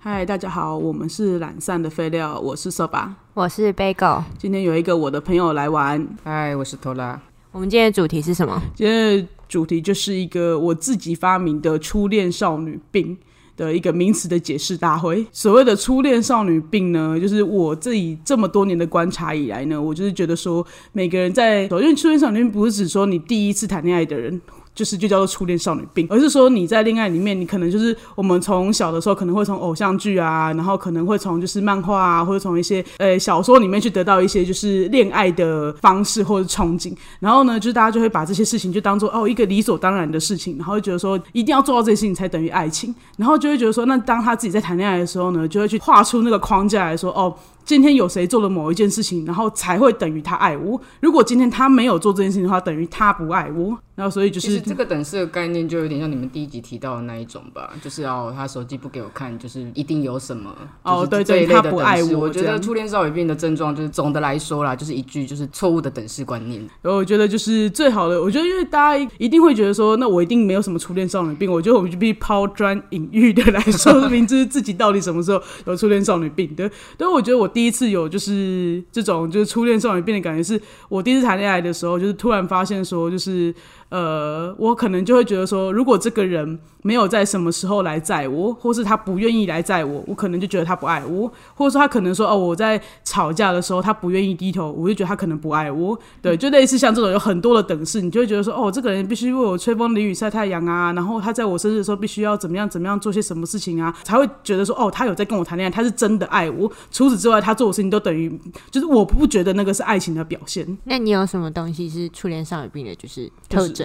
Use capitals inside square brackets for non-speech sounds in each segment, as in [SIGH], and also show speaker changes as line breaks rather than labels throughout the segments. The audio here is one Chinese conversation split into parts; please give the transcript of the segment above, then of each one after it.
嗨，大家好，我们是懒散的废料，我是 Soba。
我是 Bagel。
今天有一个我的朋友来玩，
嗨，我是拖拉。
我们今天的主题是什么？
今天的主题就是一个我自己发明的初恋少女病的一个名词的解释大会。所谓的初恋少女病呢，就是我自己这么多年的观察以来呢，我就是觉得说，每个人在因为初恋少女病不是只说你第一次谈恋爱的人。就是就叫做初恋少女病，而是说你在恋爱里面，你可能就是我们从小的时候可能会从偶像剧啊，然后可能会从就是漫画啊，或者从一些呃小说里面去得到一些就是恋爱的方式或者憧憬。然后呢，就是大家就会把这些事情就当做哦一个理所当然的事情，然后就觉得说哦一定要做到这些事情才等于爱情，然后就会觉得说，那当他自己在谈恋爱的时候呢，就会去画出那个框架来说哦。今天有谁做了某一件事情，然后才会等于他爱我。如果今天他没有做这件事情的话，等于他不爱我。然后所以就
其实
是
这个等式的概念就有点像你们第一集提到的那一种吧，就是哦，他手机不给我看，就是一定有什么
哦
就是
对对
这一类
他
的
不爱
等式。
我
我觉
这
得
样
初恋少女病的症状就是总的来说啦，就是一句就是错误的等式观念。 [LAUGHS]
然后我觉得就是最好的，我觉得因为大家一定会觉得说，那我一定没有什么初恋少女病。我觉得我们就必须抛砖引玉的来说 [LAUGHS] 明，知自己到底什么时候有初恋少女病对，但我觉得我第一次有就是这种就是初恋少女病的感觉，是我第一次谈恋爱的时候，就是突然发现说，就是呃，我可能就会觉得说，如果这个人没有在什么时候来载我，或是他不愿意来载我，我可能就觉得他不爱我，或者说他可能说哦，我在吵架的时候他不愿意低头，我就觉得他可能不爱我。对，就类似像这种有很多的等式，你就会觉得说，哦，这个人必须为我吹风淋雨晒太阳啊，然后他在我生日的时候必须要怎么样怎么样做些什么事情啊，才会觉得说，哦，他有在跟我谈恋爱，他是真的爱我。除此之外，他做的事情都等于，就是我不觉得那个是爱情的表现
那你有什么东西是初恋少女病的，就是特征？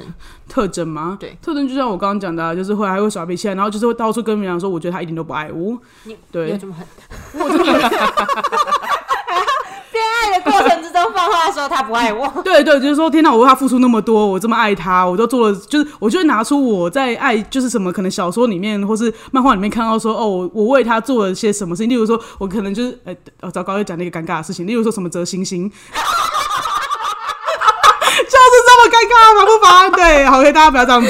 特征吗？
对，
特征就像我刚刚讲的、啊，就是会还会耍脾气啊，然后就是会到处跟别人讲说，我觉得他一点都不爱我。对，
你有这么狠？ [LAUGHS] 我这么恋爱的过程之中放话说他不爱我，
[LAUGHS] 对对，就是说，天哪，我为他付出那么多，我这么爱他，我都做了，就是我就会拿出我在爱，就是什么可能小说里面或是漫画里面看到说，哦，我我为他做了些什么事情，例如说，我可能就是，呃，哦，糟糕，又讲了一个尴尬的事情，例如说什么折星星。就是这么尴尬吗？不妨对，好，大家不要这样子， [LAUGHS]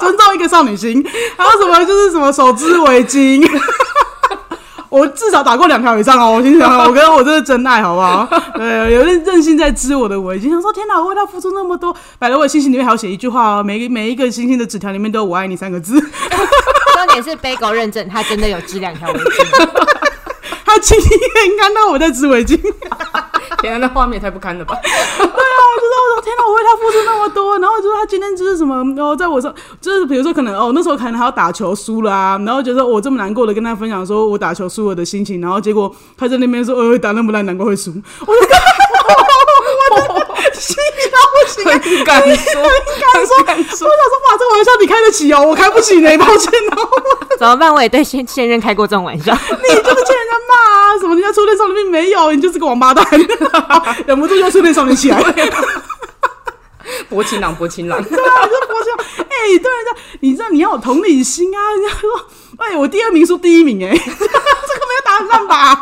尊重一个少女心。还有什么就是什么手织围巾，我至少打过两条以上哦。我心想，我跟我这是真爱，好不好？对，有人任性在织我的围巾，想说天哪，我为他付出那么多。摆了我星星里面还要写一句话哦，每一每一个星星的纸条里面都有“我爱你”三个字。 [LAUGHS]
重点是 Bagel 认证他真的有织两条围巾，
他亲眼看到我在织围巾。
天啊，那画面也太不堪了吧！
我就知道，我说天哪，我为他付出那么多，然后就是他今天就是什么，然后在我上，就是比如说可能哦，那时候可能还要打球输了啊，然后觉得我这么难过的跟他分享说我打球输了的心情，然后结果他在那边说，呃，打那么烂，难怪会输，我就我的气到不行，我
很敢说，很敢
想说
说。
哇，这玩笑你开得起哦，我开不起呢，抱歉哦。
怎么办？我也对现现任开过这种玩笑，
你就是 [LAUGHS] 欠人家骂啊，什么人家初恋少女病没有，你就是个王八蛋， [LAUGHS] 忍不住又初恋少女起来了。
薄情郎，薄情郎， [LAUGHS]
啊，这博笑， [LAUGHS] 哎、对人家，你知道你要有同理心啊， [LAUGHS] 人家说，哎、我第二名输第一名、哎， [LAUGHS] 这个没有打很烂吧？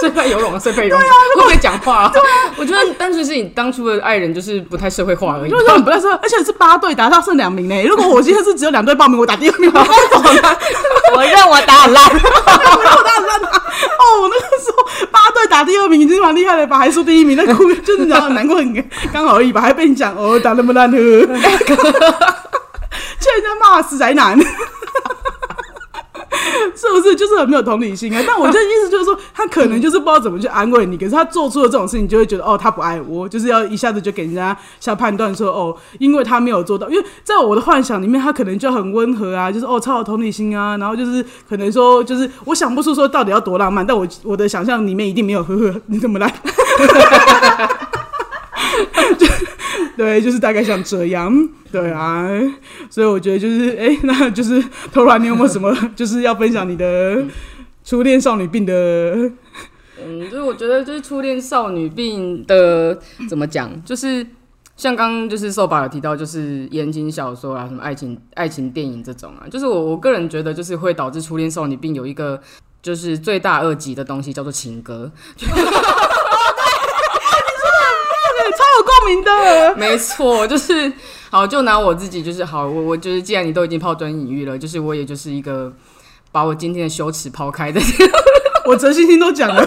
社会游泳，社会游泳，会不会讲话、啊？对啊，我觉得单纯是你当初的爱人就是不太社会化而已
就。是很不要说，而且是八队打到剩两名呢、哎如果我今天是只有两队报名，我打第二名， [LAUGHS] 我怎么办？
[LAUGHS] 我认我打很烂。
哦，我那个时候八队打第二名已经蛮厉害了吧，还输第一名，那哭就是你知道难过很刚好而已吧，还被你讲哦打那么烂的， [LAUGHS] 欠人家骂死宅男。 [LAUGHS] 是不是就是很没有同理心啊？但我就意思就是说，他可能就是不知道怎么去安慰你，可是他做出了这种事情，你就会觉得哦，他不爱我，就是要一下子就给人家下判断说哦，因为他没有做到，因为在我的幻想里面，他可能就很温和啊，就是哦，超有同理心啊，然后就是可能说就是我想不出说到底要多浪漫，但我我的想象里面一定没有呵呵，你怎么来？ [LAUGHS] 对，就是大概像这样，对啊，所以我觉得就是，哎、那就是偷然你有没有什么 [LAUGHS] 就是要分享你的初恋少女病的？ [LAUGHS]
嗯，就是我觉得就是初恋少女病的怎么讲，就是像刚刚就是寿宝有提到，就是言情小说啊，什么爱情爱情电影这种啊，就是我我个人觉得就是会导致初恋少女病有一个就是罪大恶极的东西叫做情歌，
对，超有共鸣的。
没错，就是好，就拿我自己就是好，我我就是既然你都已经抛砖引玉了，就是我也就是一个把我今天的羞耻抛开的。
我哲星星都讲 [LAUGHS] 了，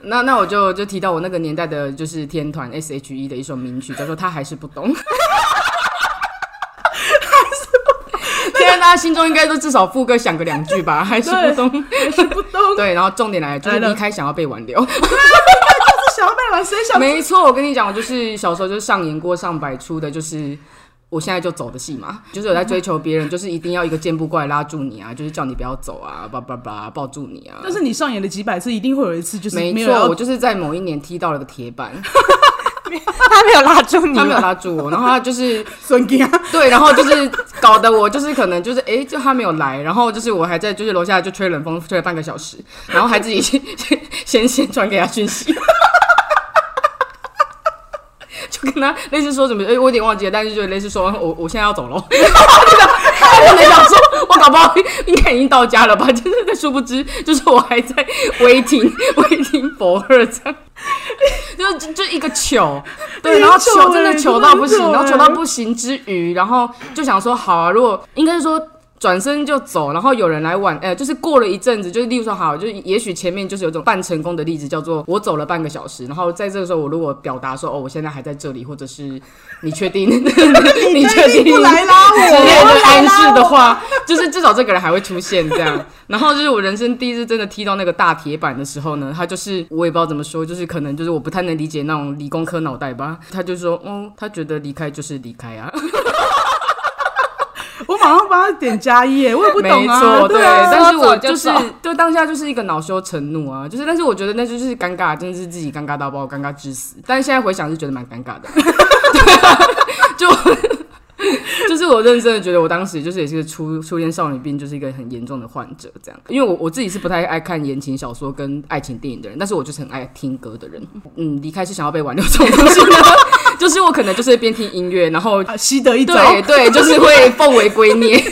那那我就就提到我那个年代的，就是天团 S.H.E 的一首名曲，叫做《他还是不懂》。 [LAUGHS] 天啊，大家心中应该都至少副歌想个两句吧，还是不懂。
还是不懂，
[LAUGHS] 对，然后重点来了，就是
来了
离开想要被挽
[LAUGHS]
留。
是想要被玩，谁想
没错，我跟你讲，我就是小时候就上演过上百出的，就是我现在就走的戏嘛，就是有在追求别人，就是一定要一个箭步过来拉住你啊，就是叫你不要走啊，叭叭叭抱住你啊。
但是你上演了几百次，一定会有一次就是
没
没有
错，
要
我就是在某一年踢到了个
[LAUGHS]
铁板，
他没有拉住你吗，
他没有拉住我，然后他就是
孙给啊，
对，然后就是搞得我就是可能就是哎、诶就他没有来，然后就是我还在就是楼下就吹冷风吹了半个小时，然后还自己先先传给他讯息， [LAUGHS] 就跟他类似说什么，哎、我有点忘记了，但是就类似说我我现在要 [LAUGHS] 走喽，我在想说，我搞不好应该已经到家了吧，就是但殊不知就是我还在 waiting [LAUGHS] waiting for her 这样。 [LAUGHS] 就就就一个糗，对，
你
然后
很糗
糗真的
欸
糗
真的
到
很
不行，
糗
然后糗
欸
到不行之余，然后就想说，好啊，如果应该是说转身就走，然后有人来挽，呃，就是过了一阵子，就是例如说，好，就是也许前面就是有一种半成功的例子，叫做我走了半个小时，然后在这个时候，我如果表达说，哦，我现在还在这里，或者是你确定，你确
一定
定
不来拉
之
我，
类的暗示的话，就是至少这个人还会出现这样。然后就是我人生第一次真的踢到那个大铁板的时候呢，他就是我也不知道怎么说，就是可能就是我不太能理解那种理工科脑袋吧，他就说，哦，他觉得离开就是离开啊，
我马上帮他点加一耶，我也不懂
没
啊，
错，
对啊，
但是我
说走就
就是
走
对当下就是一个恼羞成怒啊，就是但是我觉得那就是尴尬，真的是自己尴尬到爆，尴尬致死。但是现在回想是觉得蛮尴尬的， [LAUGHS] 啊就就是我认真的觉得我当时就是也是个初初恋少女病，就是一个很严重的患者这样。因为我我自己是不太爱看言情小说跟爱情电影的人，但是我就是很爱听歌的人。嗯，离开是想要被挽留这种东西呢， [LAUGHS] 就是我可能就是边听音乐，然后。
啊习得一招
对对，就是会奉为圭
[LAUGHS]
臬。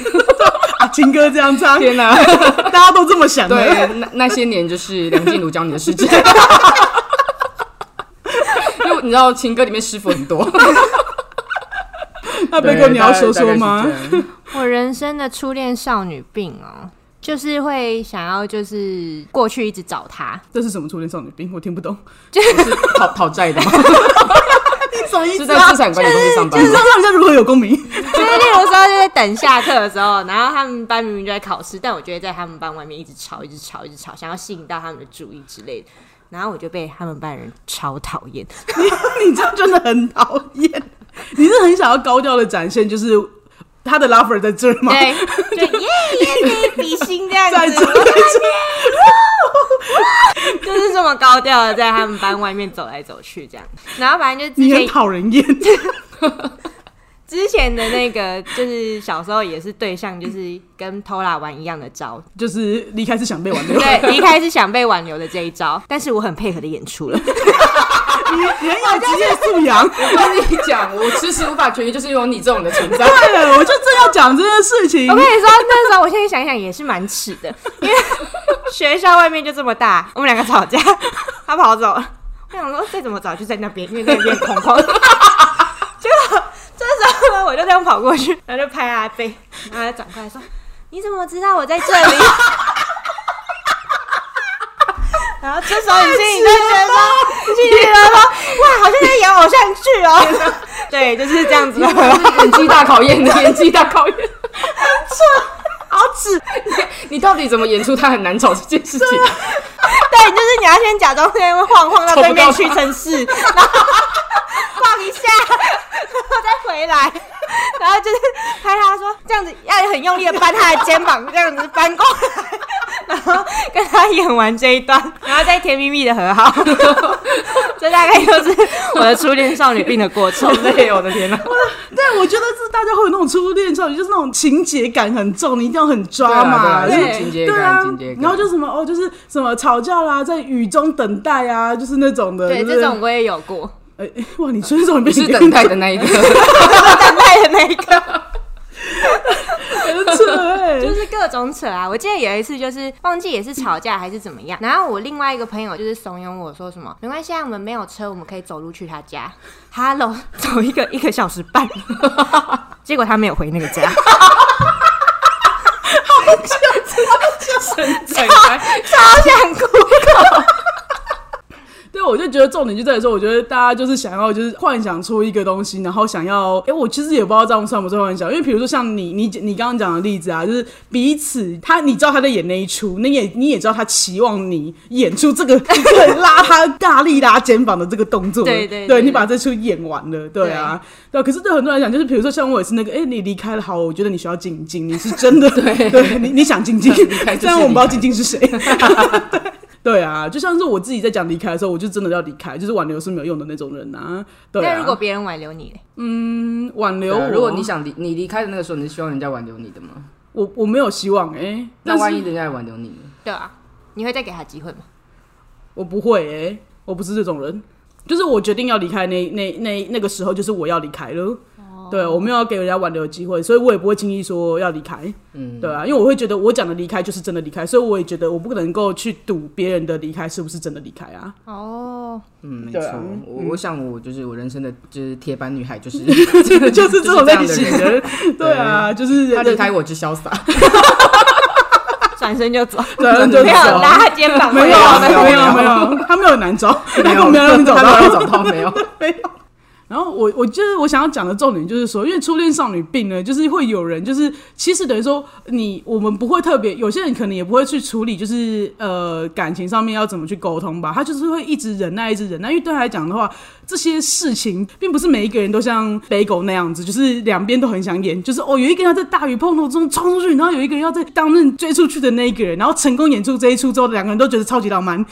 啊，情歌这样唱，
天哪、
大家都这么想的，
对，那那些年
[LAUGHS]
就是梁静茹教你的事情。 [LAUGHS] 因为你知道情歌里面师傅很
[LAUGHS]
多，
那贝哥你要说说吗？
我人生的初恋少女病哦，就是会想要就是过去一直找他，
这是什么初恋少女病？我听不懂，
讨讨债的吗？
[LAUGHS] 什么意
是在资产管理公司上
就
班
是
吗？
让人家如何有共鸣？
[LAUGHS] 就是例如说就是等下课的时候，然后他们班明明就在考试，但我就会在他们班外面一直吵，一直吵，一直吵，想要吸引到他们的注意之类的。然后我就被他们班人超讨厌，
[LAUGHS] 你这样真的很讨厌，你是很想要高调的展现，就是他的 lover 在这儿吗？
对，就耶耶比心这
[LAUGHS]
样
在
子
这，，在这，
就是这么高调的在他们班外面走来走去这样。然后反正就之
你很
前
讨人
[LAUGHS]
厌。
之前的那个就是小时候也是对象，就是跟偷懒玩一样的招，
就是离开是想被
[LAUGHS]
挽留，
对，离开是想被挽留的这一招，但是我很配合的演出了，
你你很有职业素养。
我跟你讲，我迟迟无法痊愈，就是有你这种的存
[LAUGHS]
在。
对，我就正要讲这件事情
我跟。 [LAUGHS] 你说，那时候我现在想一想也是蛮耻的，因为学校外面就这么大，我们两个吵架，他跑走了，我想说再怎么找就在那边，因为那边空空。结果这时候呢，我就这样跑过去，然后就拍他的背，然后他转过来说：“你怎么知道我在这里？” [LAUGHS] 然后这时候你心里就觉得说，你心里就觉得说，哇，好像在演偶像剧哦。 [LAUGHS] 对，就是这样子的，
[LAUGHS]
演技大考验，演技大考验，
好耻
你到底怎么演出他很难找这件
[LAUGHS]
事情？
[LAUGHS] 对，就是你要先假装在那边晃晃到对面屈臣
[LAUGHS]
氏，然后晃一下，然后再回来，然后就是拍他说这样子，要很用力的扳他的肩膀，这样子扳过来，然后跟他演完这一段，然后再甜蜜蜜的和好。 [LAUGHS] 这大概就是我的初恋少女病的过程
好。 [LAUGHS] 累哦，我的天哪！
对，我觉得是大家会有那种初恋少女，就是那种情节感很重，你一定要很抓嘛，
对啊对啊
就是
情节感
对啊
情节感
然后就什么哦，就是什么吵架啦，在雨中等待啊，就是那种的。就是
我也有
[LAUGHS]
过， [LAUGHS]
哎哇，你春手你
你
被
是等待
[LAUGHS]
的那一个，
等待的那一个。
很扯哎
[LAUGHS] 就。是各种扯啊！我记得有一次就是忘记也是吵架还是怎么样，然后我另外一个朋友就是怂恿我说什么没关系啊，我们没有车，我们可以走路去他家。Hello，走 [LAUGHS] 一个 [LAUGHS]
[LAUGHS]
一个小时半，结果他没有回那个家。
很
啊
开。
超想哭。
对，我就觉得重点就在于说，我觉得大家就是想要就是幻想出一个东西，然后想要，哎，我其实也不知道这样算不算幻想，因为比如说像你你你刚刚讲的例子啊，就是彼此他你知道他在演那一出，你也你也知道他期望你演出这个这个拉他大力拉肩膀的这个动作，
对对
对，
对
你把这出演完了，对啊，对可是对很多人来讲，就是比如说像我也是那个，哎，你离开了，好，我觉得你需要静静，你是真
[LAUGHS]
的，对，你你想静静
想 [LAUGHS] 离开，就是
虽然我们不知道
离开
静静是
[LAUGHS]
谁。对啊，就像是我自己在讲离开的时候，我就真的要离开，就是挽留是没有用的那种人啊。对啊，
那如果别人挽留你嘞，
嗯挽留
对啊
我，
如果你想离你离开的那个时候，你是希望人家挽留你的吗？
我我没有希望哎、
那
但
万一
是
人家也挽留你呢？
对啊，你会再给他机会吗？
我不会哎、我不是这种人，就是我决定要离开那那那那个时候，就是我要离开了。
哦
对，我没有要给人家挽留的机会，所以我也不会轻易说要离开。
嗯，
对啊，因为我会觉得我讲的离开就是真的离开，所以我也觉得我不能够去赌别人的离开是不是真的离开啊。
哦，
嗯，没
对
错
啊嗯。
我我想我就是我人生的就是铁板女孩，就是
[LAUGHS] 就是这种类
样的
型
人。
人， [LAUGHS] 对啊，就是
他离开我就潇洒，
[LAUGHS] 转身就走，
转身就走
没有拉他肩
[LAUGHS]
膀，
没有啊
回来
没有
没有没有，他没有很难找，他根本没有让你找
他没有
到。
找到没有？
[LAUGHS] 然后我我就是我想要讲的重点就是说，因为初恋少女病呢，就是会有人就是其实等于说你我们不会特别，有些人可能也不会去处理，就是呃感情上面要怎么去沟通吧，他就是会一直忍耐，一直忍耐，因为对他来讲的话，这些事情并不是每一个人都像北狗那样子，就是两边都很想演，就是哦，有一个人要在大雨滂沱中冲出去，然后有一个人要在当任追出去的那一个人，然后成功演出这一出之后，两个人都觉得超级浪漫。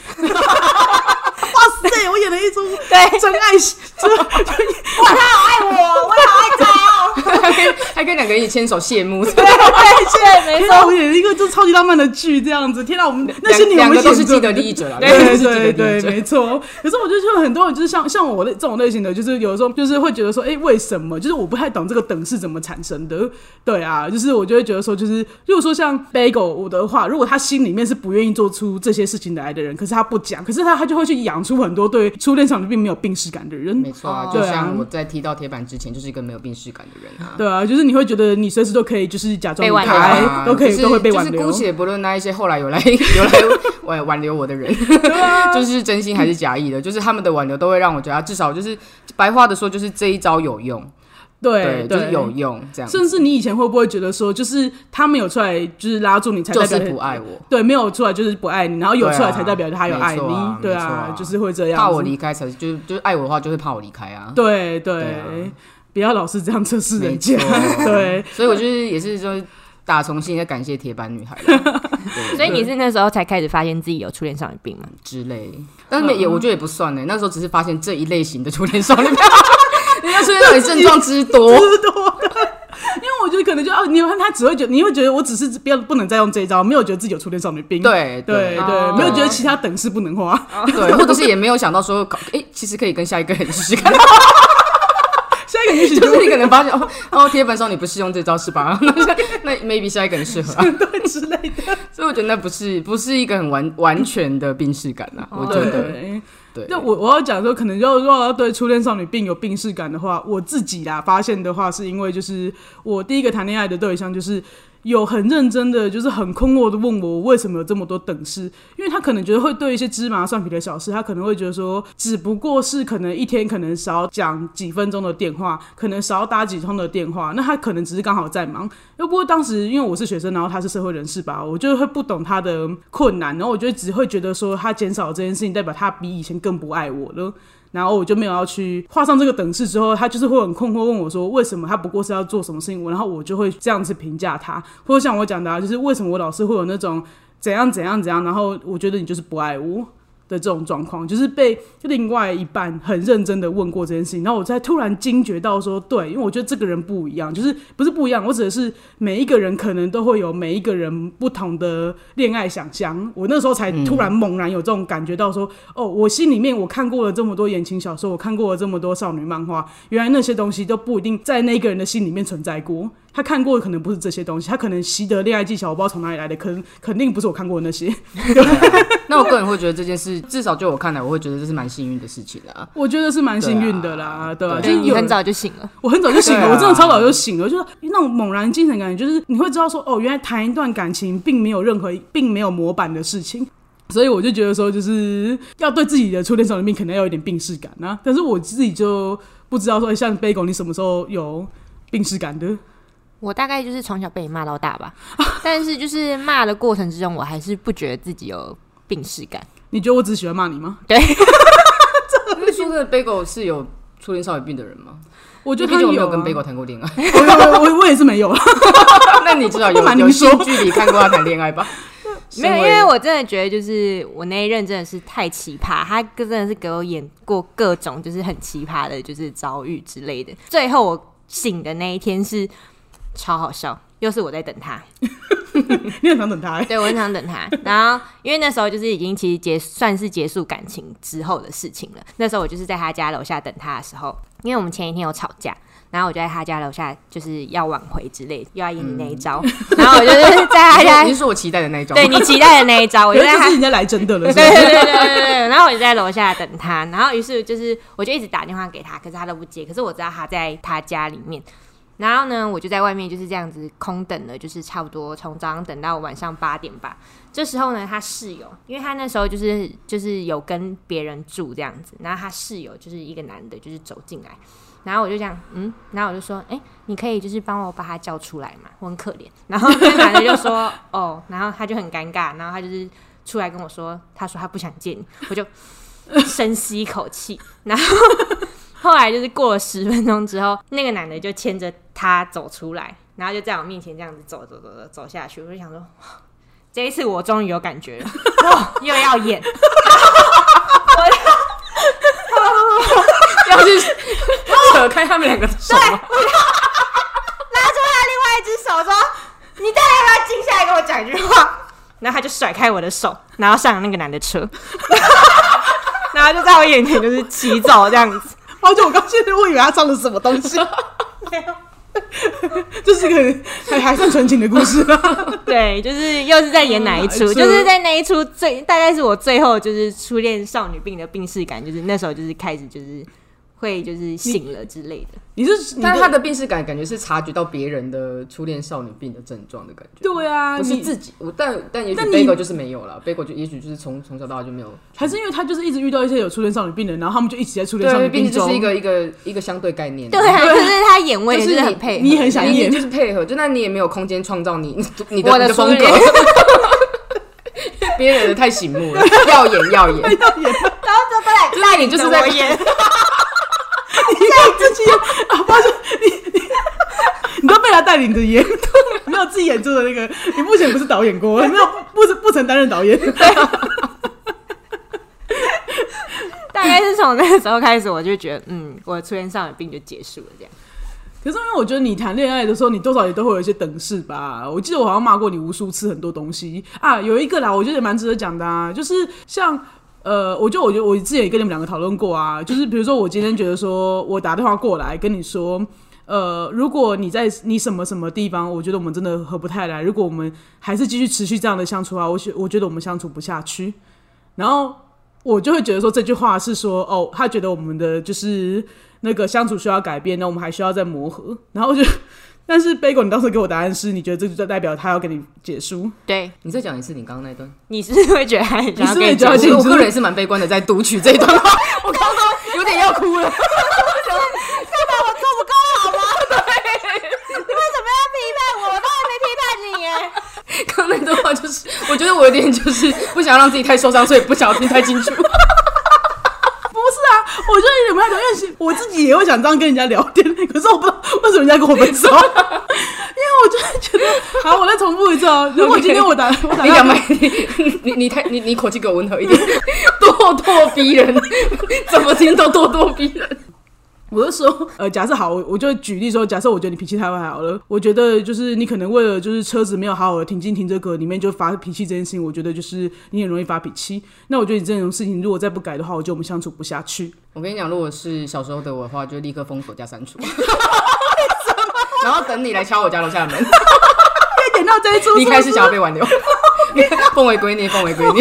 哇塞，我演了一出
对，
真爱是，真
哇，他好爱我，我好爱他哦。
还跟还跟两个人一起牵手
[LAUGHS]
谢幕，
对对，没
天啊，
错，
我演了一个这超级浪漫的剧，这样子。天啊，我们那些年
两
我们
两个
一
都
起
是
做
既得利益者啦，两个都
对
是既得
对
利益
对，
者。
没错。可是我就觉得很多人就是像像我这种类型的，就是有时候就是会觉得说，哎、为什么？就是我不太懂这个等是怎么产生的。对啊，就是我就会觉得说，就是如果说像 Bagel 我的话，如果他心里面是不愿意做出这些事情来的人，可是他不讲，可是他他就会去养出很多对初恋场的并没有病耻感的人
没。错啊，
对
就
啊
像我在踢到铁板之前，就是一个没有病视感的人啊。
对啊，就是你会觉得你随时都可以，就是假装
被
离
挽留
开，啊都可以、
啊就是
都会被挽留。
就是姑且不论那一些后来有来有来 [LAUGHS] 挽挽留我的人，
啊
[LAUGHS] 就是真心还是假意的，就是他们的挽留都会让我觉得，啊至少就是白话的说，就是这一招有用，
对，
就是有用这样，
甚至你以前会不会觉得说，就是他没有出来，就是拉住你才
就
代表
是不爱我，
对，没有出来就是不爱你，然后有出来才代表他有爱
对啊
你，对
没错啊没错啊
就是会这样子。
怕我离开才就是就是爱我的话，就是怕我离开啊。
对对，
对啊
不要老是这样测试人家
没。
[LAUGHS]
错
对，
[LAUGHS] 所以我就是也是就是打从心里在感谢铁板女孩
[LAUGHS]
啦
所以你是那时候才开始发现自己有初恋少女病吗？
之类，但
嗯
是没也我觉得也不算呢，那时候只是发现这一类型的初恋少女， [LAUGHS] 人家初恋少女症状之多，
因为我觉得可能就哦，你看他只会觉得，你会觉得我只是不要不能再用这一招，没有觉得自己有初恋少女病。
对啊
对对，
哦
没有觉得其他等式不能花，
对，或者是也没有想到说，哎、其实可以跟下一个人试试看，
[LAUGHS] 下一个也许
就是你可能发现哦，哦，铁板少女不适用这招是吧？ [LAUGHS] 那那 maybe 下一个人适合、啊，
对 [LAUGHS] 之类的。
所以我觉得那不是不是一个很完完全的病视感啊，我觉得
对。
对。
那我我要讲说，可能就如果要对初恋少女病有病视感的话，我自己啦发现的话，是因为就是我第一个谈恋爱的对象就是。有很认真的，就是很空落的问我为什么有这么多等式，因为他可能觉得会对一些芝麻蒜皮的小事，他可能会觉得说，只不过是可能一天可能少讲几分钟的电话，可能少打几通的电话，那他可能只是刚好在忙。又不过当时因为我是学生，然后他是社会人士吧，我就会不懂他的困难，然后我就只会觉得说他减少这件事情，代表他比以前更不爱我了。然后我就没有要去画上这个等式之后，他就是会很困惑问我说，为什么他不过是要做什么事情，我然后我就会这样子评价他，或者像我讲的、啊，就是为什么我老是会有那种怎样怎样怎样，然后我觉得你就是不爱我。的这种状况，就是被另外一半很认真的问过这件事情，然后我才突然惊觉到说，对，因为我觉得这个人不一样，就是不是不一样，我指的是每一个人可能都会有每一个人不同的恋爱想象。我那时候才突然猛然有这种感觉到说，哦，我心里面我看过了这么多言情小说，我看过了这么多少女漫画，原来那些东西都不一定在那个人的心里面存在过。他看过的可能不是这些东西，他可能习得恋爱技巧，我不知道从哪里来的，可能肯定不是我看过的那些。
那我个人会觉得这件事，至少就我看来，我会觉得这是蛮幸运的事情啊啦。
[LAUGHS] 我觉得是蛮幸运的啦，对吧、啊就
所以
是
你
有
很早就醒了，
我很早就醒了，
对啊
我真的超早就醒了，就是那种猛然精神感觉，就是你会知道说，哦，原来谈一段感情并没有任何并没有模板的事情。所以我就觉得说，就是要对自己的初恋少女病可能要有一点病视感啊。 [LAUGHS] 但是我自己就不知道说，哎像 Bagel 你什么时候有病视感的？
我大概就是从小被你骂到大吧，但是就是骂的过程之中，我还是不觉得自己有病耻感。
你觉得我只喜欢骂你吗？
[LAUGHS] 因为说真的，Bagel 是有初恋少女病的人吗？
我
我
觉得
毕
他
竟我没
有
有
啊
跟 Bagel 谈过恋爱，
[LAUGHS]
[LAUGHS]
我我我我也是没有啊。
那你至少
不
有
瞒
有
您说
近距离看过他谈恋爱 [LAUGHS] 吧？
没有，
身
因
为
为我真的觉得，就是我那一任真的是太奇葩，他真的是给我演过各种就是很奇葩的，就是遭遇之类的。最后我醒的那一天是超好笑，又是我在等他，
你很想等他、欸，
对我很想等他。然后因为那时候就是已经其实结算是结束感情之后的事情了。那时候我就是在他家楼下等他的时候，因为我们前一天有吵架。然后我就在他家楼下，就是要挽回之类，又要演你那一招。然后我就是在他
你是
家
嗯你，是说我期待的那一种吗？
对你期待的那一招，
哦
我就
原
在
来
他
这是人家来真的了，是
对
[LAUGHS]
对
吧？
对对对对。然后我就在楼下等他，然后于是就是我就一直打电话给他，可是他都不接。可是我知道他在他家里面。然后呢，我就在外面就是这样子空等了，就是差不多从早上等到晚上八点吧。这时候呢，他室友，因为他那时候就是就是有跟别人住这样子，然后他室友就是一个男的，就是走进来，然后我就这样，嗯，然后我就说，哎、你可以就是帮我把他叫出来嘛，我很可怜。然后那男的就说， [LAUGHS] 哦，然后他就很尴尬，然后他就是出来跟我说，他说他不想见你， [LAUGHS] 我就深吸一口气， [LAUGHS] 然后后来就是过了十分钟之后，那个男的就牵着他走出来，然后就在我面前这样子走走走走走下去，我就想说， [GASPS] 哇这一次我终于有感觉了， [LAUGHS] 哇，又要演，
要去 [LAUGHS] 扯开他们两个的手吗？
拉住他另外一只手说：“你到底要不要静下来跟我讲一句话？”然后他就甩开我的手，然后上了那个男的车， [LAUGHS] 然后就在我眼前就是骑走这样子。
而哦且我刚现在我以为他唱的什么东
[LAUGHS]
西， [LAUGHS] 这是一个还还算纯情的故事、啊。 [LAUGHS]
[LAUGHS] 对，就是又是在演哪一出？
嗯
就是在那一出最大概是我最后就是初恋少女病的病逝感，就是那时候就是开始就是会就是醒了之类的。
你是，你
但是他
的
的病视感感觉是察觉到别人的初恋少女病的症状的感觉，
对啊，
不是
你
自己。我但但也许
但你
Bagel 就是没有了，Bagel 就也许就是从从小到大就没有。
还是因为他就是一直遇到一些有初恋少女病的人，然后他们就一直在初恋少女
对，毕
病
竟这
中。
是一个一个一个相对概念。
对
[LAUGHS]
啊，可是他演我也
就是
是
你
很配合，
你很想
你
演
你就是配合，就那你也没有空间创造你你的
我
你
的
的风格
初，
[LAUGHS] 别人的太醒目了，耀眼耀 [LAUGHS] 眼。
要演，
然后这本来
就是你就是在
我演，
[LAUGHS] 你自己啊，发现你你你都被他带领着演， [LAUGHS] 没有自己演出的那个，你目前不是导演过，没有不不曾担任导演。
[LAUGHS] 大概是从那个时候开始，我就觉得，嗯，我的初恋少女病就结束了，这样。
可是因为我觉得你谈恋爱的时候，你多少也都会有一些等式吧。我记得我好像骂过你无数次很多东西啊，有一个啦，我觉得也蛮值得讲的啊，就是像。呃，我就我觉得我之前也跟你们两个讨论过啊，就是比如说我今天觉得说我打电话过来跟你说，呃，如果你在你什么什么地方，我觉得我们真的合不太来，如果我们还是继续持续这样的相处啊，我觉我觉得我们相处不下去，然后我就会觉得说这句话是说哦，他觉得我们的就是那个相处需要改变，那我们还需要再磨合。 [LAUGHS] 然后我就，但是 Bagel，你当时给我答案是，你觉得这就代表他要跟你结束？
对，
你再讲一次你刚刚那一段，
你是不是会觉得他很想
你是
要
不
跟
是
你
觉得
讲 [LAUGHS]
我
而且你
我
就是
个人是蛮悲观的，在读取这一段话，啊 [LAUGHS] 我刚刚有点要哭了。
我做不够好吗？对，你为什么要批判我？我都还没批判你耶。
刚刚那段话就是，我觉得我有点就是不想让自己太受伤，所以不想要听太清楚。
[LAUGHS] 不是啊，我就有点不太懂，因为我自己也会想这样跟人家聊天， [LAUGHS] 可是我不知道为什么人家跟我分 [LAUGHS] 手，因为我就觉得，好，我再重复一次哦。如果今天我打我打
你
电
敢
话
买？ [LAUGHS] 你你你太你你口气给我温和一点，咄咄逼人， [LAUGHS] 怎么听都咄咄逼人。
我就说，呃，假设好，我我就举例说，假设我觉得你脾气太坏好了，我觉得就是你可能为了就是车子没有好好的停进停车格里面就发脾气这件事情，我觉得就是你很容易发脾气。那我觉得你这种事情如果再不改的话，我觉得我们相处不下去。
[LAUGHS] [LAUGHS] 我跟你讲，如果是小时候的我的话，就立刻封锁加删除。然后等等你来敲我家楼下的 [LAUGHS] 门。
被点到这一出，
你
是不
开始
是
想要被挽留，奉为归你，奉为归你。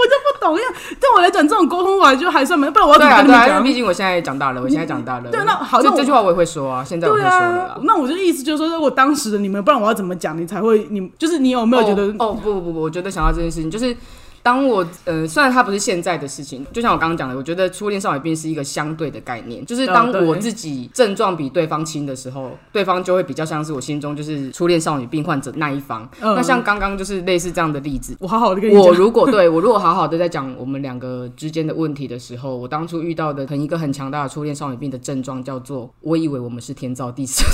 我就不懂，因为对我来讲，这种沟通我就还算没，不然我要怎
对
么
啊，
跟你
对
们
啊，因为
讲？
毕竟我现在长大了，我现在长大了。
对那好
这
那我
这句话我也会说啊，现在我会
对
说了
啊
啦，。
那我就意思就是说，我当时的你们，不然我要怎么讲你才会？你就是你有没有觉得？
哦？哦，不不不，我觉得想到这件事情，就是当我呃，虽然它不是现在的事情，就像我刚刚讲的，我觉得初恋少女病是一个相对的概念，就是当
哦对
我自己症状比对方轻的时候，对方就会比较像是我心中就是初恋少女病患者那一方。
嗯
那像刚刚就是类似这样的例子。
我好好的跟你
我
讲，
如果对我如果好好的在讲我们两个之间的问题的时候，我当初遇到的很一个很强大的初恋少女病的症状叫做，我以为我们是天造地设，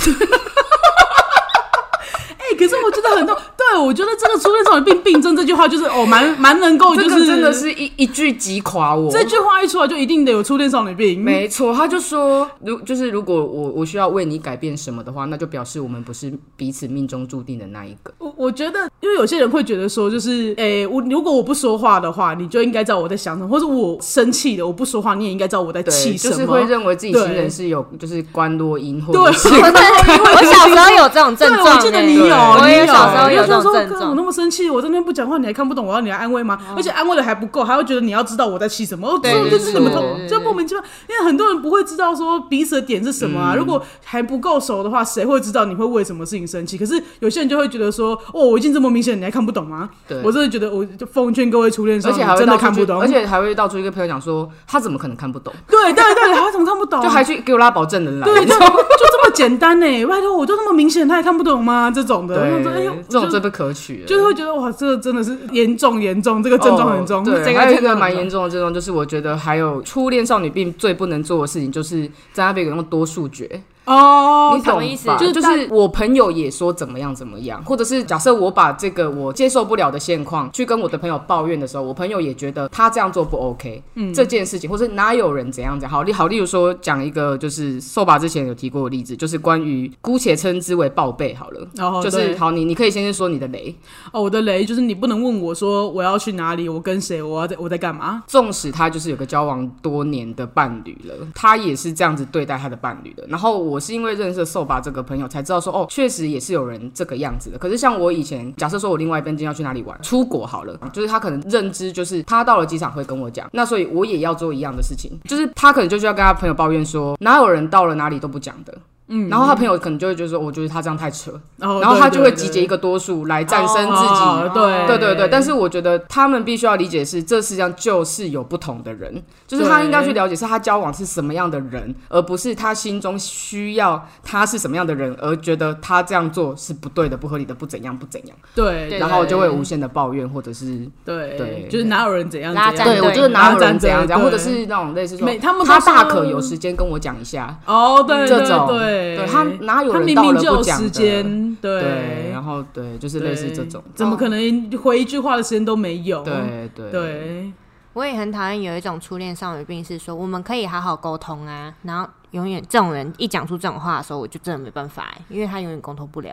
哎、可是我觉得很多，对我觉得这个初恋少女病病症这句话就是哦，蛮蛮能够，就
这
是
个真的是一一句击垮我。
这句话一出来就一定得有初恋少女病。
没错，他就说，如就是如果我我需要为你改变什么的话，那就表示我们不是彼此命中注定的那一个。
我我觉得，因为有些人会觉得说，就是诶、我如果我不说话的话，你就应该知道我在想什么，或者我生气了，我不说话，你也应该知道我在
对，
气什
就
么。
是会认为自己
对
情人是有就是关落音或
对啊
者是
我真的 [LAUGHS] 我小时候有这种症
对，
状、
我记得
欸
你有，
对
啊我
你
也
有，
小时候有
就
这
是
种
说
症
哥我
状
那。么生气，我在那边不讲话，你还看不懂，我要你来安慰吗？而且安慰的还不够，还会觉得你要知道我在气什么。哦，这
对
种就是你们
没错
同，就莫名其妙，因为很多人不会知道说彼此的点是什么啊。如果还不够熟的话，谁会知道你会为什么事情生气？可是有些人就会觉得说，哦，我已经这么明显了，你还看不懂吗？
对
我真的觉得，我就奉劝各位初恋少
而
女
且还，会
真的
到处
看不
去
懂
而。且还会到处一个朋友讲说，他怎么可能看不懂？
对对对，他怎么看不懂？
[LAUGHS] 就还去给我拉保证人来，
对，
你
就
知
就
道吗
这么简单呢？拜托，我就那么明显，他也看不懂吗？这种的，我
对
想说哎呦，
这种
就
最不可取了。
就是会觉得哇，这个真的是严重严重，这个症状很重，
哦对，
这
还有一
症
个
状
蛮严重的症状，就是我觉得还有初恋少女病最不能做的事情，就是在那边有那种多数决。
哦
你。懂吧
什么意思
就是
就
就是是我朋友也说怎么样怎么样，或者是假设我把这个我接受不了的现况去跟我的朋友抱怨的时候，我朋友也觉得他这样做不 OK，嗯，这件事情，或是哪有人怎样讲？好例好，例如说讲一个就是瘦吧之前有提过的例子，就是关于姑且称之为报备好了，
然后
就是好，你你可以先说你的雷，
哦，我的雷就是你不能问我说我要去哪里，我跟谁，我要在我在干嘛。
纵使他就是有个交往多年的伴侣了，他也是这样子对待他的伴侣的。然后我是因为认识了瘦吧这个朋友才知道说，哦，确实也是有人这个样子的。可是像我以前，假设说我另外一边今天要去哪里玩，出国好了，就是他可能认知就是他到了机场会跟我讲，那所以我也要做一样的事情，就是他可能就需要跟他朋友抱怨说，哪有人到了哪里都不讲的。嗯，然后他朋友可能就会觉得说，我觉得他这样太扯，
然后
然后他就会集结一
己
个多数来战胜自己
哦
哦
对
对对对，但是我觉得他们必须要理解的是，这世界上就是有不同的人，就是他
对
应该去了解是他交往是什么样的人，而不是他心中需要他是什么样的人，而觉得他这样做是不对的、不合理的、不怎样、不怎样，
对
对
然后就会无限的抱怨，或者是
对
对
就是哪有人怎样
拉
怎
战
样
队对
我觉得哪有人怎样
对
怎样，或者是那种类似说
没他们都
他
说
大可有时间跟我讲一下，
哦，对
这种
对
对他哪有
他
人
明
到
明
了
就
不
有
讲
时
的
间，
对，
对
然后对，就是类似这种，
怎么可能回一句话的时间都没有？
对对
对，
我也很讨厌有一种初恋少女病，是说我们可以好好沟通啊，然后永远这种人一讲出这种话的时候，我就真的没办法、欸，因为他永远沟通不了。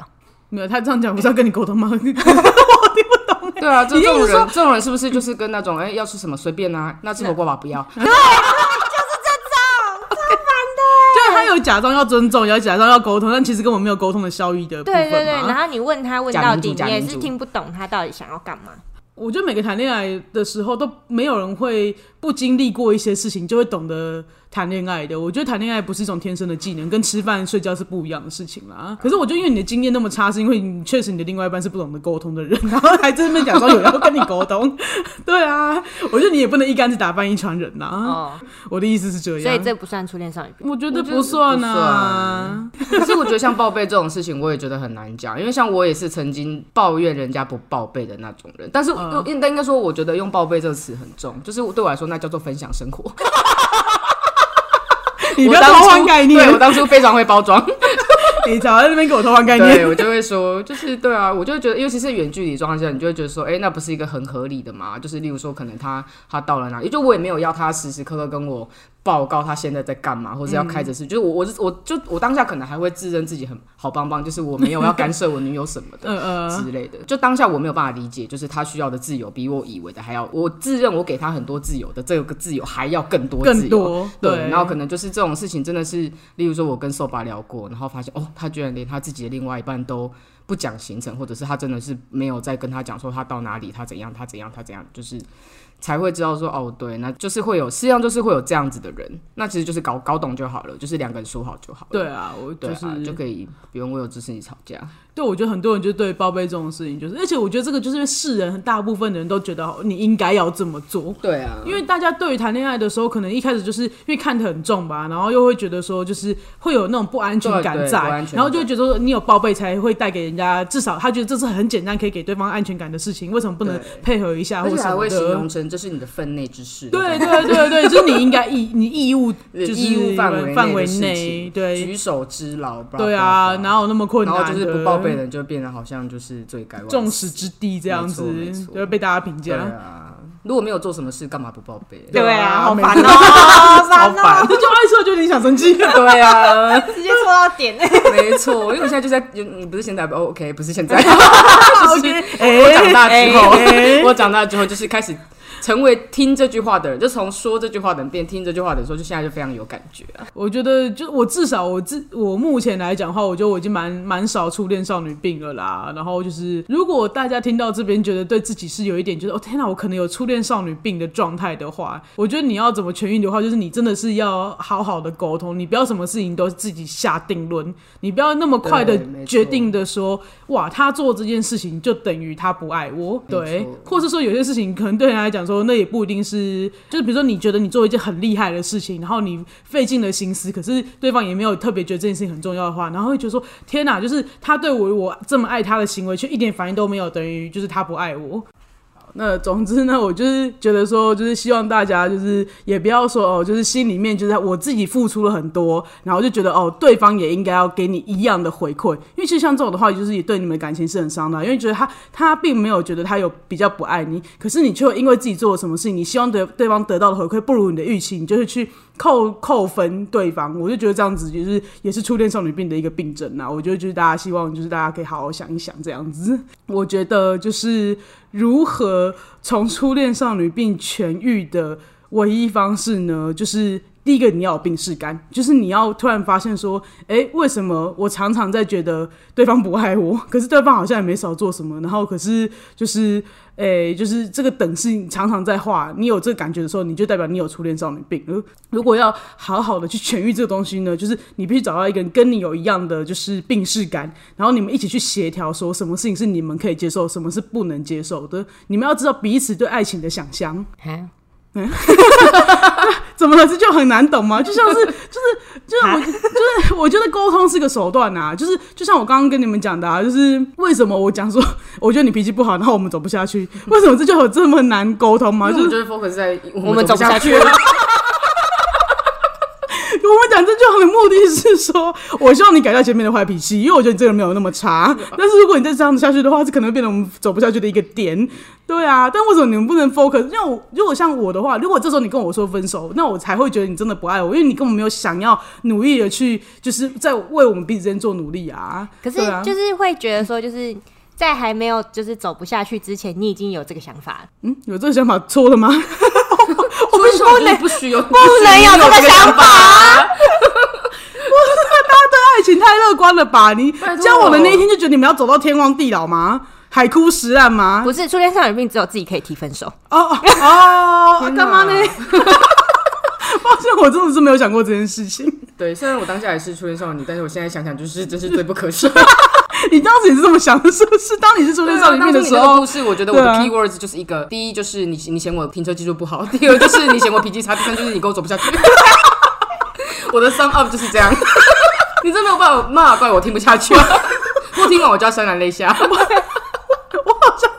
没有他这样讲不是要跟你沟通吗？
对啊，这
你意
这种
思说
人，这种人是不是就是跟那种哎、要吃什么随便啊，那吃火锅吧不要，
对他有假装要尊重，也有假装要沟通，但其实根本没有沟通的效益的部分
对
嘛。
对对，然后你问他问到底，
假民主
你也
假民
是
主
听不懂他到底想要干嘛。
我觉得每个谈恋爱的时候都没有人会不经历过一些事情就会懂得谈恋爱的。我觉得谈恋爱不是一种天生的技能，跟吃饭睡觉是不一样的事情啦。可是我觉得因为你的经验那么差，是因为你确实你的另外一半是不懂得沟通的人，然后还在那边假装有人要跟你沟通。 [LAUGHS] 对啊，我觉得你也不能一竿子打翻一船人呐、
哦，
我的意思是这
所以
样。
这不算初恋少女病。
我觉得
我觉得
不算啊，
可是我觉得像报备这种事情，我也觉得很难讲，因为像我也是曾经抱怨人家不报备的那种人，但是
嗯
应该应该说，我觉得用报备这个词很重，就是对我来说，那叫做分享生活。
你不要
我当
偷
初
换概念
对我，当初非常会包装，
你早在那边给我偷换概念。
对我就会说，就是对啊，我就会觉得，尤其是远距离状态下，你就会觉得说，哎、那不是一个很合理的嘛？就是例如说，可能他他到了哪里，就我也没有要他时时刻刻跟我报告他现在在干嘛，或者要开
嗯
着是，就是我我是我就我当下可能还会自认自己很好棒棒，就是我没有要干涉我女友什么的，
嗯 [LAUGHS] 嗯，
之类的。就当下我没有办法理解，就是他需要的自由比我以为的还要，我自认我给他很多自由的，这个自由还要更多自
更
由。
多
对，
对，
然后可能就是这种事情真的是，例如说我跟瘦爸聊过，然后发现哦，他居然连他自己的另外一半都不讲行程，或者是他真的是没有在跟他讲说他到哪里，他怎样，他怎样，他怎样，就是才会知道说哦，对，那就是会有，实际上就是会有这样子的人，那其实就是搞搞懂就好了，就是两个人说好就好了。
对啊，我
对
就
啊，
是
就可以不用为了支持你吵架。
对，我觉得很多人就对报备这种事情，就是，而且我觉得这个就是世人大部分的人都觉得你应该要这么做。
对啊，
因为大家对于谈恋爱的时候，可能一开始就是因为看得很重吧，然后又会觉得说，就是会有那种不安全感
对对
在
不安全，感
然后就会觉得说你有报备才会带给人家，至少他觉得这是很简单可以给对方安全感的事情，为什么不能
对
配合一下或
而且
什
还
么
会形
的
容？成这是你的分内之事。
对对对对，就是你应该义你义务
对
就是
义务范围
范
内
围
的事
内，
情
对
举手之劳。blah
对啊，
blah blah
哪有那么困
然
难？
后就是不报备的人就变得好像就是罪该万死
众矢之的这样子
没错没，错
就会被大家评
对
价。
啊。如果没有做什么事，干嘛不报备？
对
对
啊
啊，好
没
烦
错 [LAUGHS]
哦，好
超
烦
烦
[LAUGHS]
哦，
这就爱说就你想生
[LAUGHS]
气，
对啊， [LAUGHS]
直接戳到点。欸
[LAUGHS]
没错，因为我现在就在，嗯，不是现在哦，OK，不是现在，
哎
我长大之后，
哎
[LAUGHS] 我长大之后就是开始成为听这句话的人，就从说这句话的人变听这句话的人说，就现在就非常有感觉啊。
[LAUGHS] 我觉得，就我至少我自我目前来讲的话，我觉得我已经蛮蛮少初恋少女病了啦。然后就是，如果大家听到这边觉得对自己是有一点觉得哦天哪，我可能有初恋少女病的状态的话，我觉得你要怎么痊愈的话，就是你真的是要好好的沟通，你不要什么事情都自己下定论，你不要那么快的
对没错
决定的说哇，他做这件事情就等于他不爱我，对
没错，
或是说有些事情可能对人来讲说，那也不一定是，就是比如说你觉得你做一件很厉害的事情，然后你费尽了心思，可是对方也没有特别觉得这件事情很重要的话，然后会觉得说天哪，就是他对我我这么爱他的行为却一点反应都没有，等于就是他不爱我。那总之呢，我就是觉得说，就是希望大家就是也不要说哦，就是心里面就是我自己付出了很多，然后就觉得哦，对方也应该要给你一样的回馈，因为其实像这种的话，就是也对你们的感情是很伤的，因为觉得哦他他并没有觉得他有比较不爱你，可是你却因为自己做了什么事情，你希望得对方得到的回馈不如你的预期，你就是去扣扣分对方，我就觉得这样子就是也是初恋少女病的一个病症啊，我觉得就是大家希望就是大家可以好好想一想这样子，我觉得就是。如何从初恋少女病痊愈的唯一方式呢，就是第一个你要有病耻感，就是你要突然发现说，哎、为什么我常常在觉得对方不爱我， [LAUGHS] 可是对方好像也没少做什么，然后可是就是。哎、就是这个等式常常在画，你有这个感觉的时候，你就代表你有初恋少女病。呃如果要好好的去痊愈这个东西呢，就是你必须找到一个人跟你有一样的就是病视感，然后你们一起去协调，说什么事情是你们可以接受，什么是不能接受的。你们要知道彼此对爱情的想象。 [LAUGHS] 怎么了？这就很难懂吗？就像是，就是，就是我，就是我觉得沟通是个手段啊。就是，就像我刚刚跟你们讲的啊，就是为什么我讲说， [LAUGHS] 我觉得你脾气不好，然后我们走不下去，为什么这就有这么难沟通吗？
[LAUGHS] 因为
就
我
是
们就是 focus 在
我们走不下去
了，
我们讲这句话的目的是说，我希望你改掉前面的坏脾气，因为我觉得你这个人没有那么差。但是如果你再这样子下去的话，这可能会变成我们走不下去的一个点。对啊，但为什么你们不能 focus？因为我如果像我的话，如果这时候你跟我说分手，那我才会觉得你真的不爱我，因为你根本没有想要努力的去，就是在为我们彼此之间做努力啊。
可是
对啊
就是会觉得说，就是在还没有就是走不下去之前，你已经有这个想法了，
嗯，有这个想法错了吗？ [LAUGHS]
我们不能不许有不
能有这个想法
法。
爱情太乐观了吧？你
拜托
交往的那一天就觉得你们要走到天荒地老吗？海枯石烂吗？
不是初恋少女病，只有自己可以提分手。
哦哦，
[LAUGHS] 天哪
干嘛呢？抱歉，我真的是没有想过这件事情。
[LAUGHS]
[LAUGHS]
对，虽然我当下也是初恋少女，但是我现在想想就是真是罪不可赦。
你当时也是这么想的，是不是？当你是初
对
恋
啊
少女病的时
当初你那个
候
故，事，我觉得我的
对啊
key words 就是一个，第一就是你你嫌我停车技术不好， [LAUGHS] 第二就是你嫌我脾气差，第三就是你跟我走不下去。 [LAUGHS] 我的 sum up 就是这样， [LAUGHS] 你真没有办法骂怪我听不下去 [LAUGHS] 了，我听完我就要潸然泪下。 [LAUGHS]
我好像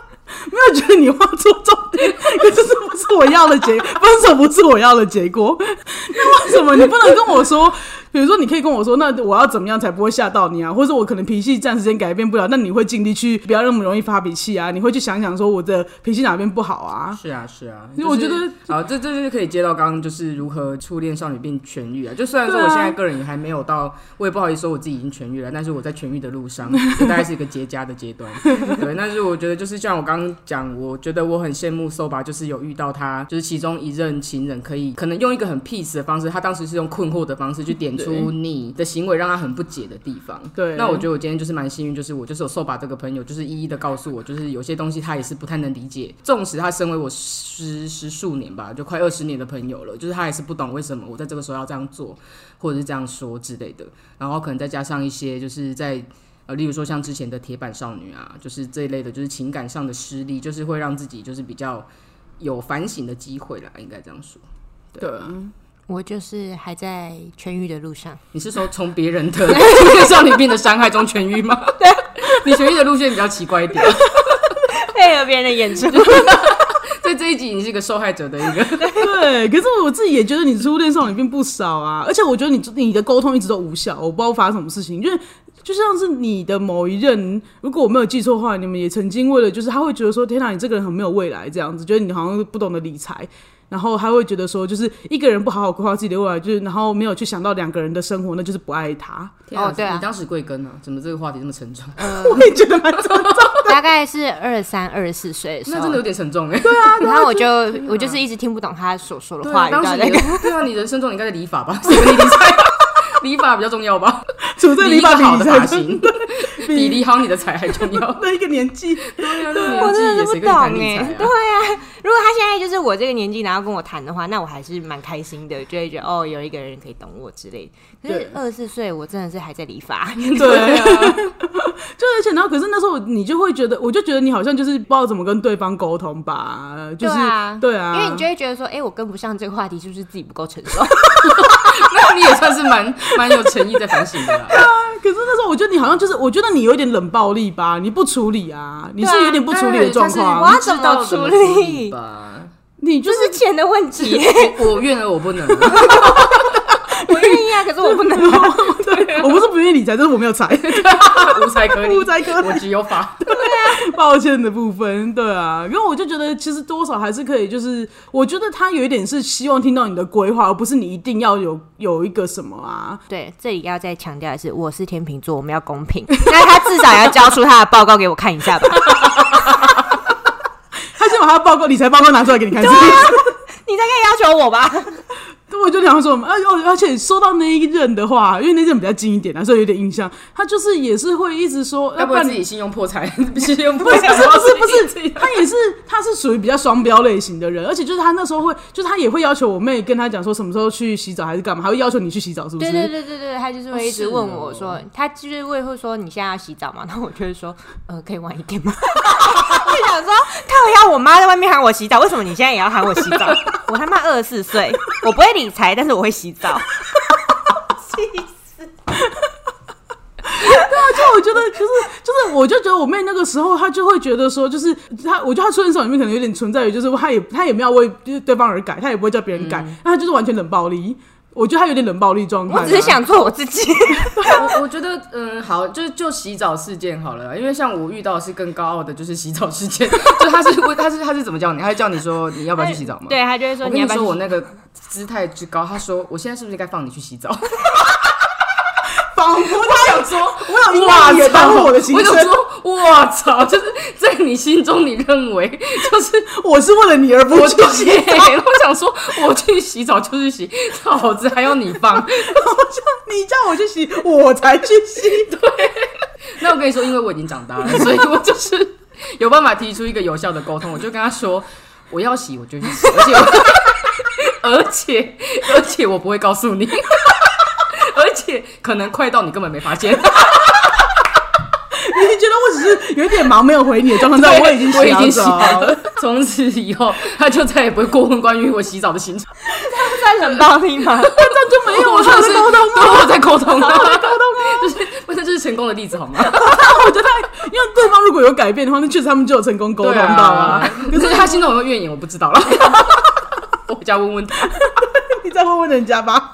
没有觉得你画错重点， [LAUGHS] 可是这 [LAUGHS] 不是我要的结，分手不是我要的结果。那为什么你不能跟我说？比如说，你可以跟我说，那我要怎么样才不会吓到你啊？或者我可能脾气暂时间改变不了，那你会尽力去不要那么容易发脾气啊？你会去想想说我的脾气哪边不好啊？
是啊，是 [LAUGHS] 啊，
因为我觉得
啊，这这就是可以接到刚刚就是如何初恋少女病痊愈啊。就虽然说
对啊
我现在个人也还没有到，我也不好意思说我自己已经痊愈了，但是我在痊愈的
[LAUGHS]
路上，这大概是一个结痂的阶段。 [LAUGHS] 对，但是我觉得就是像我刚刚讲，我觉得我很羡慕 Soba，就是有遇到他，就是其中一任情人可以可能用一个很 peace 的方式，他当时是用困惑的方式去点出你的行为让他很不解的地方。
对
那我觉得我今天就是蛮幸运，就是我就是有 Soba 这个朋友，就是一一的告诉我，就是有些东西他也是不太能理解，纵使他身为我十十数年吧，就快二十年的朋友了，就是他也是不懂为什么我在这个时候要这样做，或者是这样说之类的。然后可能再加上一些就是在呃，例如说像之前的铁板少女啊，就是这一类的，就是情感上的失利，就是会让自己就是比较有反省的机会啦，应该这样说。
对啊，
我就是还在痊愈的路上，
你是说从别人的 [LAUGHS] 青年少女病的伤害中痊愈吗？对， [LAUGHS] 你痊愈的路线比较奇怪一点。
[LAUGHS] 配合别人的演出。
[LAUGHS] 在这一集，你是一个受害者的一个，
对，可是我自己也觉得你初恋少女并不少啊，而且我觉得你你的沟通一直都无效，我不知道发生什么事情，就是就像是你的某一任，如果我没有记错的话，你们也曾经为了就是他会觉得说，天哪，你这个人很没有未来，这样子，觉得你好像不懂得理财。然后他会觉得说，就是一个人不好好规划自己的未来，就是然后没有去想到两个人的生活，那就是不爱他。
天啊
哦对啊
你当时贵庚啊？怎么这个话题这么沉重？
我也 [LAUGHS] 觉得蛮重要的
大概是二三、二十四岁的时
那
候，
真的有点沉重哎、
然后我就我就是一直听不懂他所说的
对
话
啊，
语
当
到
时
底
你
在
的对啊，你人生中你应该在理发吧？ [LAUGHS] 谁跟你理财？理发比较重要吧？
处
[LAUGHS]
在
理
理
一个
发比
好的
你
发
才
型，比理好你的财还重要。
[LAUGHS] 那一个年纪，
对啊，那
[LAUGHS] 我
年纪
真的
也
是不
谁
懂
跟你
哎、
谈理财
对
啊？
啊，如果他现在就是我这个年纪，然后跟我谈的话，那我还是蛮开心的，就会觉得哦，有一个人可以懂我之类的。可
对
是二十四岁，我真的是还在理 [LAUGHS] 发，
对啊， [LAUGHS] 就而且然后，可是那时候你就会觉得，我就觉得你好像就是不知道怎么跟对方沟通吧，就是
对啊
对啊，
因为你就会觉得说，哎、我跟不上这个话题，是不是自己不够成熟？
[LAUGHS] 那你也算是蛮蛮有诚意在反省的啦。
可是那时候我觉得你好像就是，我觉得你有点冷暴力吧，你不处理啊，你是有点不处理的
啊
状
我
况，啊
要怎么处
处
理
吧？
你就
就是是钱的问题，
[LAUGHS] 我愿而我不能。啊
我愿意啊，可是我不 [LAUGHS] 能。
[LAUGHS] 对啊我不是不愿意理财，就是我没有财，
[LAUGHS]
[LAUGHS]
无才可理，
无才可理
我只有法。
抱歉的部分，对啊，因为我就觉得其实多少还是可以，就是我觉得他有一点是希望听到你的规划，而不是你一定要有有一个什么啊，
对，这里要再强调的是，我是天秤座，我们要公平。 [LAUGHS] 那他至少要交出他的报告给我看一下吧。
他先把他的报告理财报告拿出来给你看，是不是
你大概要求我吧？
对，我就想说，而而而且说到那一任的话，因为那任比较近一点啊，所以有点印象。他就是也是会一直说，
要
要啊
不
不
然
然
自
你
己信用破财， [LAUGHS] 信用
不
破
是
财。
不是不是
自
不
己
是，他也是他是属于比较双标类型的人，而且就是他那时候会，就是他也会要求我妹跟他讲说什么时候去洗澡还是干嘛，还会要求你去洗澡，是
[LAUGHS]
不是？
对对对对对，他就是会一直
哦是
问我
哦
说，他就是会会说你现在要洗澡吗？然后我就会说，呃，可以晚一点吗？ [LAUGHS] 就想说，靠要我妈在外面喊我洗澡，为什么你现在也要喊我洗澡？ [LAUGHS] 我他妈二十四岁，我不会理财，但是我会洗澡。
就我觉得，就是就是，我就觉得我妹那个时候，她就会觉得说，就是她，我觉得她初恋少女里面可能有点存在于，就是她也她也没有为就是对方而改，她也不会叫别人改，那、她就是完全冷暴力。我觉得她有点冷暴力状态
我
啊。
只是想做我自己。
我我觉得，嗯，好，就就洗澡事件好了啦，啊因为像我遇到的是更高傲的，就是洗澡事件， [LAUGHS] 就他是问他是他是怎么叫你？他是叫你说你要不要去洗澡吗？，
哎对他就会说
我
你
跟
要
你
不要
说
洗
我那个姿态之高，他说我现在是不是应该放你去洗澡？ [LAUGHS]
仿佛她
想说，
[LAUGHS] 我有
哇
哇，也
操！
耽误我的行
我
程
想，说，我操，就是在你心中，你认为就是
我是为了你而不
我 [LAUGHS]
去
去
洗
洗澡，我想说我去洗澡就去洗，嫂子还要你放。 [LAUGHS]
澡， [LAUGHS] 你叫我去洗，我才去洗。
那我跟你说，因为我已经长大了，所以我就是有办法提出一个有效的沟通。我就跟他说，我要洗我就去洗，而且我而且而且我不会告诉你，而且可能快到你根本没发
[LAUGHS]
现。
你觉得我只是有点忙，没有回你的状况，但
对
我已经
我已经洗
洗好
好
澡。
了，从此以后他就再也不会过问关于我洗澡的行程。
算冷暴 [LAUGHS] 力吗？
这就没有，我
就
说
是
是沟通啊。
对，我在沟通啊，沟通就是我这就是成功的例子好吗？
[LAUGHS] 我觉得他，因为对方如果有改变的话，那确实他们就有成功沟通到啊。
可是他心中有没有怨言，我不知道了。我回家问问他。
你再问问人家吧。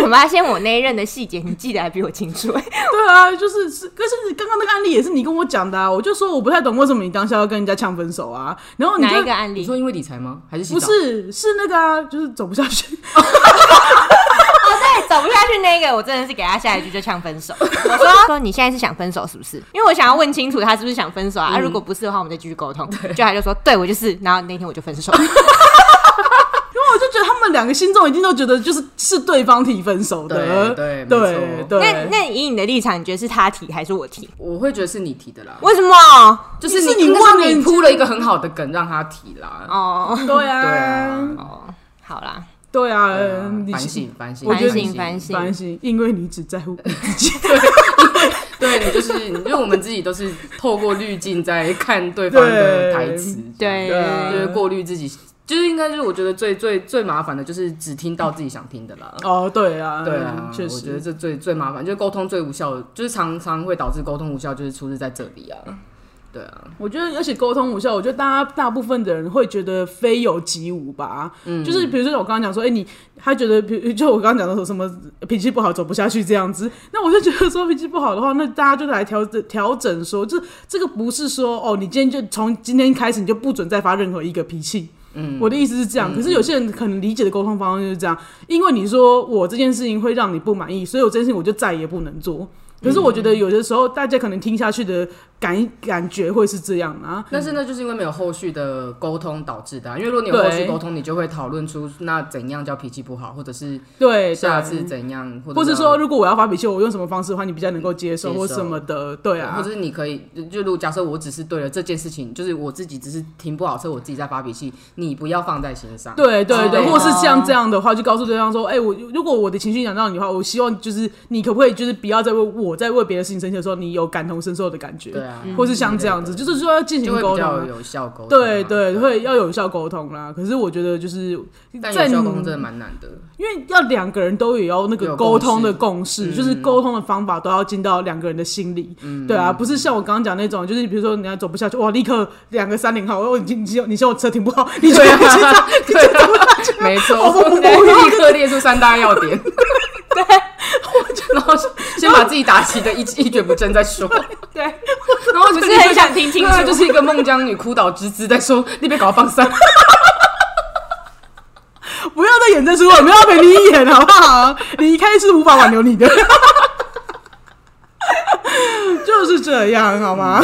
我发现我那一任的细节，你记得还比我清 [LAUGHS] 楚、欸。
对啊，就是是，可是刚刚那个案例也是你跟我讲的啊，我就说我不太懂为什么你当下要跟人家呛分手啊，然后你
哪
就
一个案
你
例？
说因为理财吗？还是洗
不
澡？
是是那个啊，就是走不下去，
哦，对，走不下去那个，我真的是给他下一句就呛分手。我说说你现在是想分手是不是？因为我想要问清楚他是不是想分手啊。啊如果不是的话，我们再继续沟通。就他就说对我就是，然后那天我就分手。
因为我就觉得他们两个心中一定都觉得就是是对方提分手的，
对对没
对
那
错
对，
那以你的立场，你觉得是他提还是我提？
我会觉得是你提的啦，
为什么？
就是
是你
应该
问了
是
你
你铺了一个很好的梗让他提啦。
哦
对
对
啊
啊，
哦，好 [LAUGHS] 啦，
对啊
对啊，
你
反省反省，
我觉得
反省反省
反省，因为你只在乎你自己。
对，你就是因为我们自己都是透过滤镜在看对方的台词，
对
对啊
就是过滤自己，就是应该就是我觉得最最最麻烦的就是只听到自己想听的啦。
哦，对啊，
对啊，
确
我觉得
实，
这最最麻烦，就是沟通最无效的，就是常常会导致沟通无效，就是出自在这里啊。对啊，
我觉得而且沟通无效，我觉得大家大部分的人会觉得非有即无吧，就是比如说我刚刚讲说，哎、你他觉得，比如就我刚刚讲的说什么脾气不好走不下去这样子，那我就觉得说脾气不好的话，那大家就来调整调整说，这这个不是说哦，你今天就从今天开始你就不准再发任何一个脾气。嗯，我的意思是这样，可是有些人可能理解的沟通方式就是这样，因为你说我这件事情会让你不满意，所以我这件事情我就再也不能做。可是我觉得有的时候大家可能听下去的感感觉会是这样啊，
但是那就是因为没有后续的沟通导致的啊、因为如果你有后续
对
沟通，你就会讨论出那怎样叫脾气不好，或者是
对，
下
对
次怎样，或者
或是
让
说，如果我要发脾气，我用什么方式的话，你比较能够接受
接
或
受
什么的，对
对
啊，
或者是你可以，就如果假设我只是对了这件事情，就是我自己只是停不好车，我自己在发脾气，你不要放在心上。
对对对，
哦
或是像这样的话，就告诉对方说，哎、我如果我的情绪影响到你的话，我希望就是你可不可以就是不要再为我在为别的事情生气的时候，你有感同身受的感觉，
对啊，
或是像这样子，就是说要进行
就会
沟
比
通
较
啊。
有效沟通啊。
对对，会要有效沟通啦。可是我觉得就是
但
在
有
你
效沟通真的蛮难的。
因为要两个人都也要那个
有
沟
共识嗯
通的共识，就是沟通的方法都要进到两个人的心里。对啊，不是像我刚刚讲那种，就是比如说你要走不下去，哇，立刻两个三零号，我你你你说我车停不好，你
[LAUGHS]
就不去找，你
对
就
啊
走不下去。
没错，
啊
哎
我我
立刻列出三大要点。对， [LAUGHS] 然后先把自己打击的一一蹶不振再说。
对，
然后就
不是很想听清楚
对就是一个孟姜女哭倒之姿在说那边搞放散。
不要再演这出了，我们要陪你演好不好？你一开始无法挽留你的， [LAUGHS] 就是这样好吗？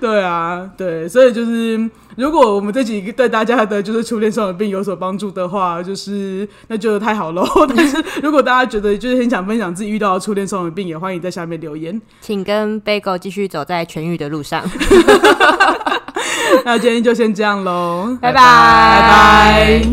对啊，对，所以就是如果我们这集对大家的就是初恋少女病有所帮助的话，就是那就太好喽。 [LAUGHS] 但是如果大家觉得就是很想分享自己遇到的初恋少女病，也欢迎在下面留言。 [LAUGHS]
请跟 Bagel 继续走在痊愈的路上，
那今天就先这样喽，
拜拜
拜拜。